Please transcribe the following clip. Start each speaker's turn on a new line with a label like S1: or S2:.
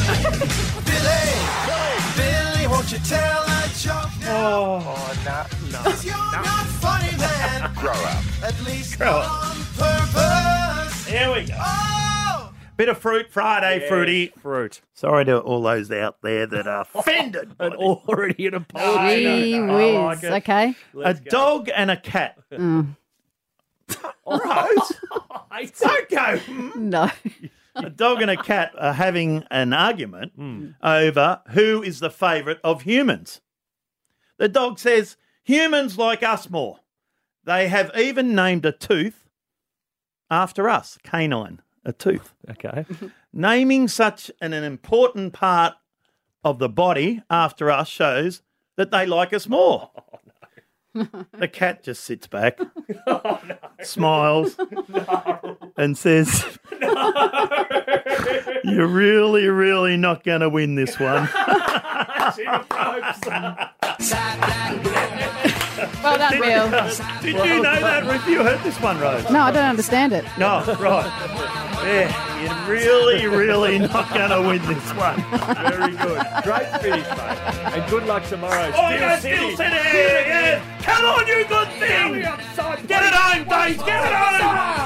S1: Billy, Billy, won't you tell a joke now?
S2: Oh, no,
S1: Cause you're not funny, man.
S3: Grow up.
S1: At least
S2: Grow
S1: not
S2: up.
S1: on purpose.
S2: Here we go.
S1: Oh,
S2: Bit of fruit Friday, fruity.
S4: Fruit.
S2: Sorry to all those out there that are offended. by
S4: And
S2: this.
S4: already an apology.
S2: I
S5: Gee
S2: know.
S5: whiz.
S2: I like it.
S5: okay.
S2: a dog and a cat. Don't go. "Hmm."
S5: No.
S2: a dog and a cat are having an argument over who is the favourite of humans. The dog says, Humans like us more. They have even named a tooth after us, canine, a tooth.
S4: Okay.
S2: Naming such an, an important part of the body after us shows that they like us more. The cat just sits back, Oh, smiles, and says, You're really, really not going to win this one.
S5: Well done, Bill.
S2: Did you know that, Ruth? You heard this one, Rose?
S5: No, I don't understand it.
S2: No, right. Yeah, you're really, really not going to win this one.
S4: Very good. Great finish, mate. And good luck tomorrow.
S2: Oh, no, Steel City! Yes. Come on, you good thing! Get it home, Dave! Get it home!